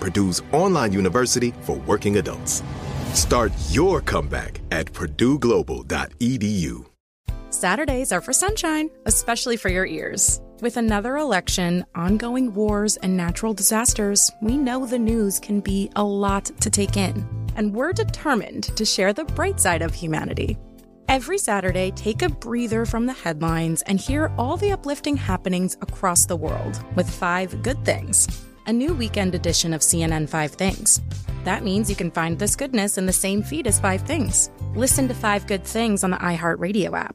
Purdue's online university for working adults. Start your comeback at E purdueglobal.edu. Saturdays are for sunshine, especially for your ears. With another election, ongoing wars, and natural disasters, we know the news can be a lot to take in. And we're determined to share the bright side of humanity. Every Saturday, take a breather from the headlines and hear all the uplifting happenings across the world with five good things. A new weekend edition of CNN Five Things. That means you can find this goodness in the same feed as Five Things. Listen to Five Good Things on the iHeartRadio app.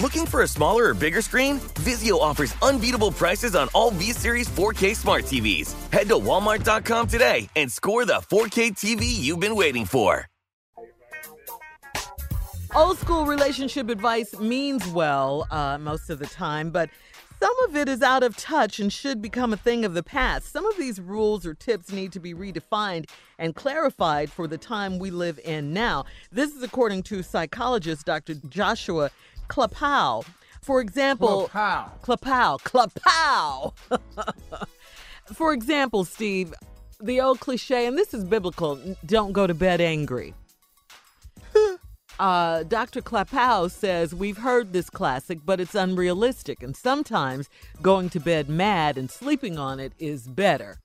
Looking for a smaller or bigger screen? Vizio offers unbeatable prices on all V Series 4K smart TVs. Head to Walmart.com today and score the 4K TV you've been waiting for. Old school relationship advice means well uh, most of the time, but some of it is out of touch and should become a thing of the past. Some of these rules or tips need to be redefined and clarified for the time we live in now. This is according to psychologist Dr. Joshua Klapow. For example, Klapow. Klapow. Klapow. for example, Steve, the old cliche, and this is biblical don't go to bed angry. Uh, Dr. Klapow says, We've heard this classic, but it's unrealistic. And sometimes going to bed mad and sleeping on it is better.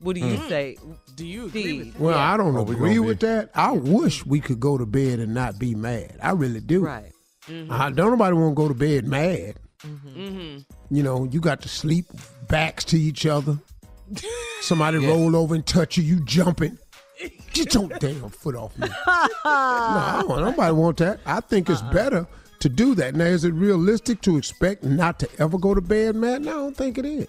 What do you Hmm. say? Do you agree? Well, I don't agree with that. I wish we could go to bed and not be mad. I really do. Right. I Mm-hmm. don't nobody want to go to bed mad. Mm-hmm. You know, you got to sleep backs to each other. Somebody roll over and touch you. You jumping. Get your damn foot off me. no, I don't, nobody want that. I think Uh-uh. it's better to do that. Now, is it realistic to expect not to ever go to bed mad? No, I don't think it is.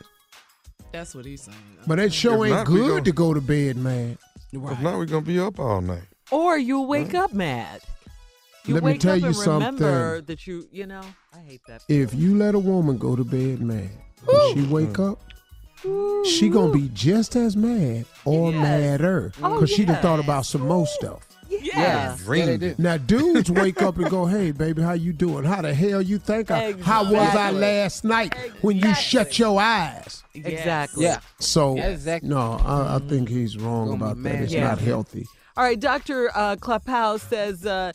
That's what he's saying. But that show If ain't not, we good gon- to go to bed mad. If not, we're gonna be up all night. Or you'll wake up mad. You Let me wake tell up you and remember something. that you, you know, I hate that. If you let a woman go to bed mad, when she wake up, she gonna be just as mad or Mm-hmm. Yes. madder Oh, because she done thought yes. about some more stuff. Yes. Dreamed it. Now, dudes wake up and go, "Hey, baby, how you doing? How the hell you think? I, How was I Exactly. last night when you shut your eyes?" Exactly. Yeah. So, Exactly. no, I, I think he's wrong Gonna be about that. mad. It's Yeah. not healthy. All right, Dr. Uh, Klapow says uh,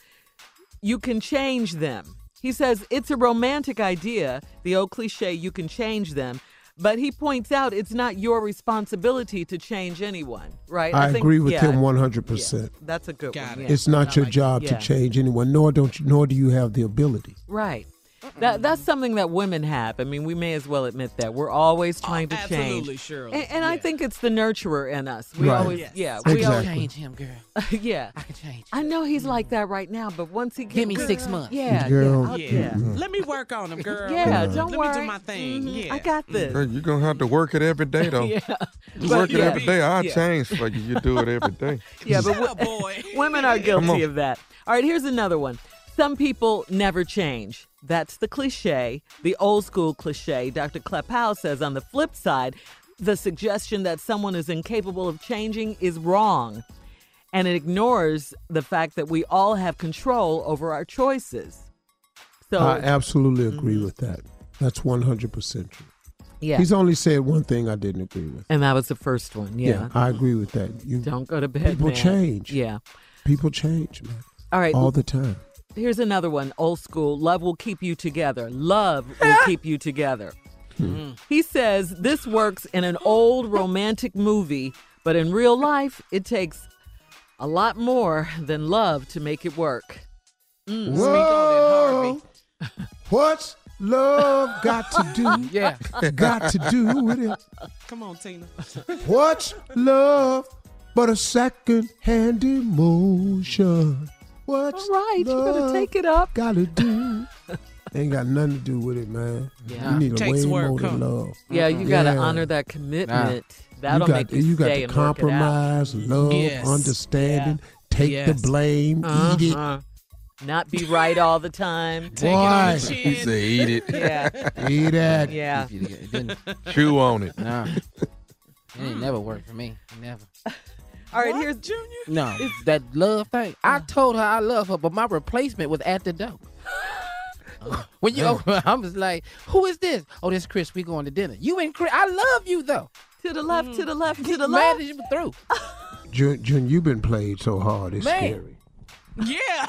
you can change them. He says it's a romantic idea, the old cliche, you can change them. But he points out it's not your responsibility to change anyone, right? I, think- agree with yeah, him one hundred percent. That's a good Got one. it. yeah. It's not your job yeah. to change anyone, nor don't you, nor do you have the ability. Right. That, that's something that women have. I mean, we may as well admit that. We're always trying to Oh, Absolutely, change. Shirley. And, and I Yeah. think it's the nurturer in us. We Right. always, Yes. yeah, I we can Exactly. change him, girl. al- yeah. I can change. I know he's like that right now, but once he Give gets- me six months. yeah, Girl. yeah, I'll- Yeah. yeah. Mm-hmm. Let me work on him, girl. Yeah, Let don't me worry. do my thing. Mhm. Yeah. I got this. Girl, you're gonna have to work it every day though. Yeah, You But work it yeah. every day. I Yeah. change for you. You do it every day. yeah, but Shut up, Oh, boy. Women are Come on. guilty of that. All right, here's another one. Some people never change. That's the cliche, the old school cliche. Dr. Kleppow says on the flip side, the suggestion that someone is incapable of changing is wrong. And it ignores the fact that we all have control over our choices. So, Uh, Mm-hmm. I absolutely agree with that. That's 100% true. yeah. He's only said one thing I didn't agree with. and that was the first one. Yeah. Yeah, I agree with that. You Don't go to bed. People man. change. Yeah. people change, man, All right. all the time. Here's another one, old school. Love will keep you together. Love will keep you together. Hmm. Hmm. He says this works in an old romantic movie, but in real life, it takes a lot more than love to make it work. Whoa! What's love got to do? Yeah. got to do with it? Come on, Tina. What's love but a second-hand emotion? What's All right, you better love take it up. Gotta do. Ain't got nothing to do with it, man. Yeah. You need a Takes way work, more huh? than love. Yeah, you got to Yeah. honor that commitment. That'll you got, make you, you got stay to and work it out. compromise, love, Yes. understanding, take Yes. the blame, eat it. Uh-huh. Not be right all the time. Take it on the Boy. You chin. say eat it, Yeah, Eat that. yeah. If you didn't- chew on it. Nah. It ain't never worked for me. Never. All right, here's No, that love thing. I told her I love her, but my replacement was at the door. when you open, I was like, "Who is this? Oh, this Chris. We going to dinner. You and Chris. I love you though. to the left, to the left, to Get the mad left. as you through. Jun, Jun, you've been played so hard, it's Man. scary. yeah,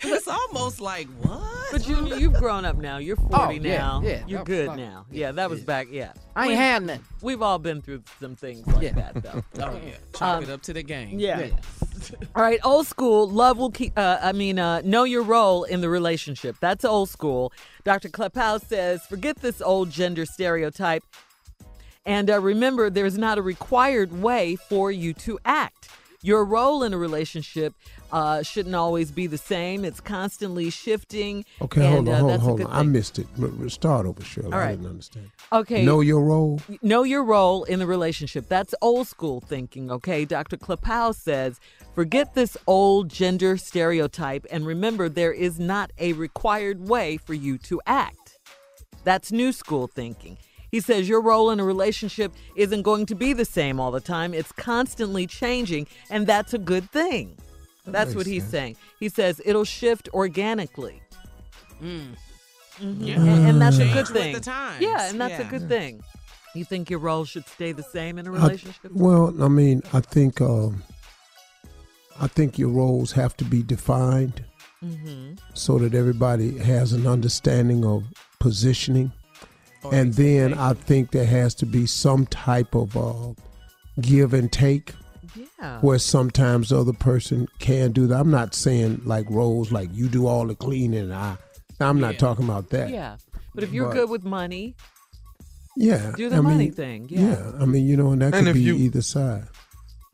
it's almost like what? But you, you've grown up now. You're 40 Oh, yeah, now. yeah. You're Oh, good fuck. now. Yeah, that was back. Yeah. I ain't had nothing. We've all been through some things like Yeah. that, though. Oh yeah, chalk it up to the game. Uh, yeah. all right, old school. Love will keep, uh, I mean, uh, know your role in the relationship. That's old school. Dr. Kleppow says forget this old gender stereotype. And uh, remember, there's not a required way for you to act. Your role in a relationship uh, shouldn't always be the same. It's constantly shifting. Okay, and, hold on, uh, hold on, that's a hold good on. I thing. missed it. M- m- Start over, Shirley. All I right. didn't understand. Okay. Know your role? know your role in the relationship. That's old school thinking, okay? Dr. Klapow says, forget this old gender stereotype and remember there is not a required way for you to act. That's new school thinking. He says your role in a relationship isn't going to be the same all the time. It's constantly changing, and that's a good thing. That's makes what he's sense. saying. He says it'll shift organically. Mhm. And, Mm. and that's a Change good with thing. the times. Yeah, and that's a Yeah. good thing. You think your role should stay the same in a I- relationship? well, I mean, I think um, I think your roles have to be defined Mm-hmm. so that everybody has an understanding of positioning, and then I think there has to be some type of uh, give and take. yeah. where sometimes the other person can do that. I'm not saying like roles like you do all the cleaning and I I'm not talking about that. Yeah. But if you're But- good with money, Yeah. Do the I money mean, thing, yeah. I mean, you know, and that And could if be you- either side.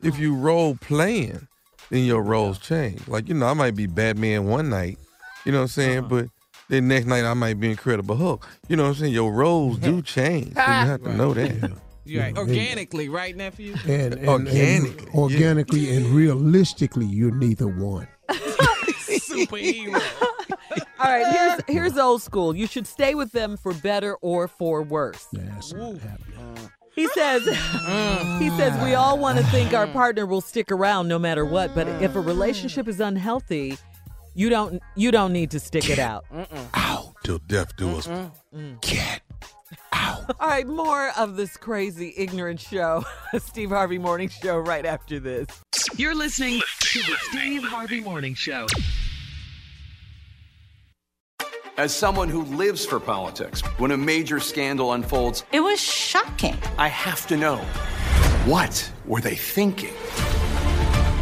If you role playing, then your roles change. Like you know, I might be Batman one night. You know what I'm saying? But then next night I might be Incredible Hulk. You know what I'm saying? Your roles do change. So you have to know that. You're right. Organically, right, nephew? And, and- and Organically, yeah. organically and realistically you're neither one. Superhero. all right, here's here's old school. You should stay with them for better or for worse. That's not happening. He says Mm. he says we all want to think our partner will stick around no matter what, but if a relationship is unhealthy, you don't you don't need to stick it out. Ow. Till death do us. mm. Cat. All right, more of this crazy ignorant show, Steve Harvey Morning Show right after this. You're listening to the Steve Harvey Morning Show. As someone who lives for politics, when a major scandal unfolds, It was shocking. I have to know what were they thinking?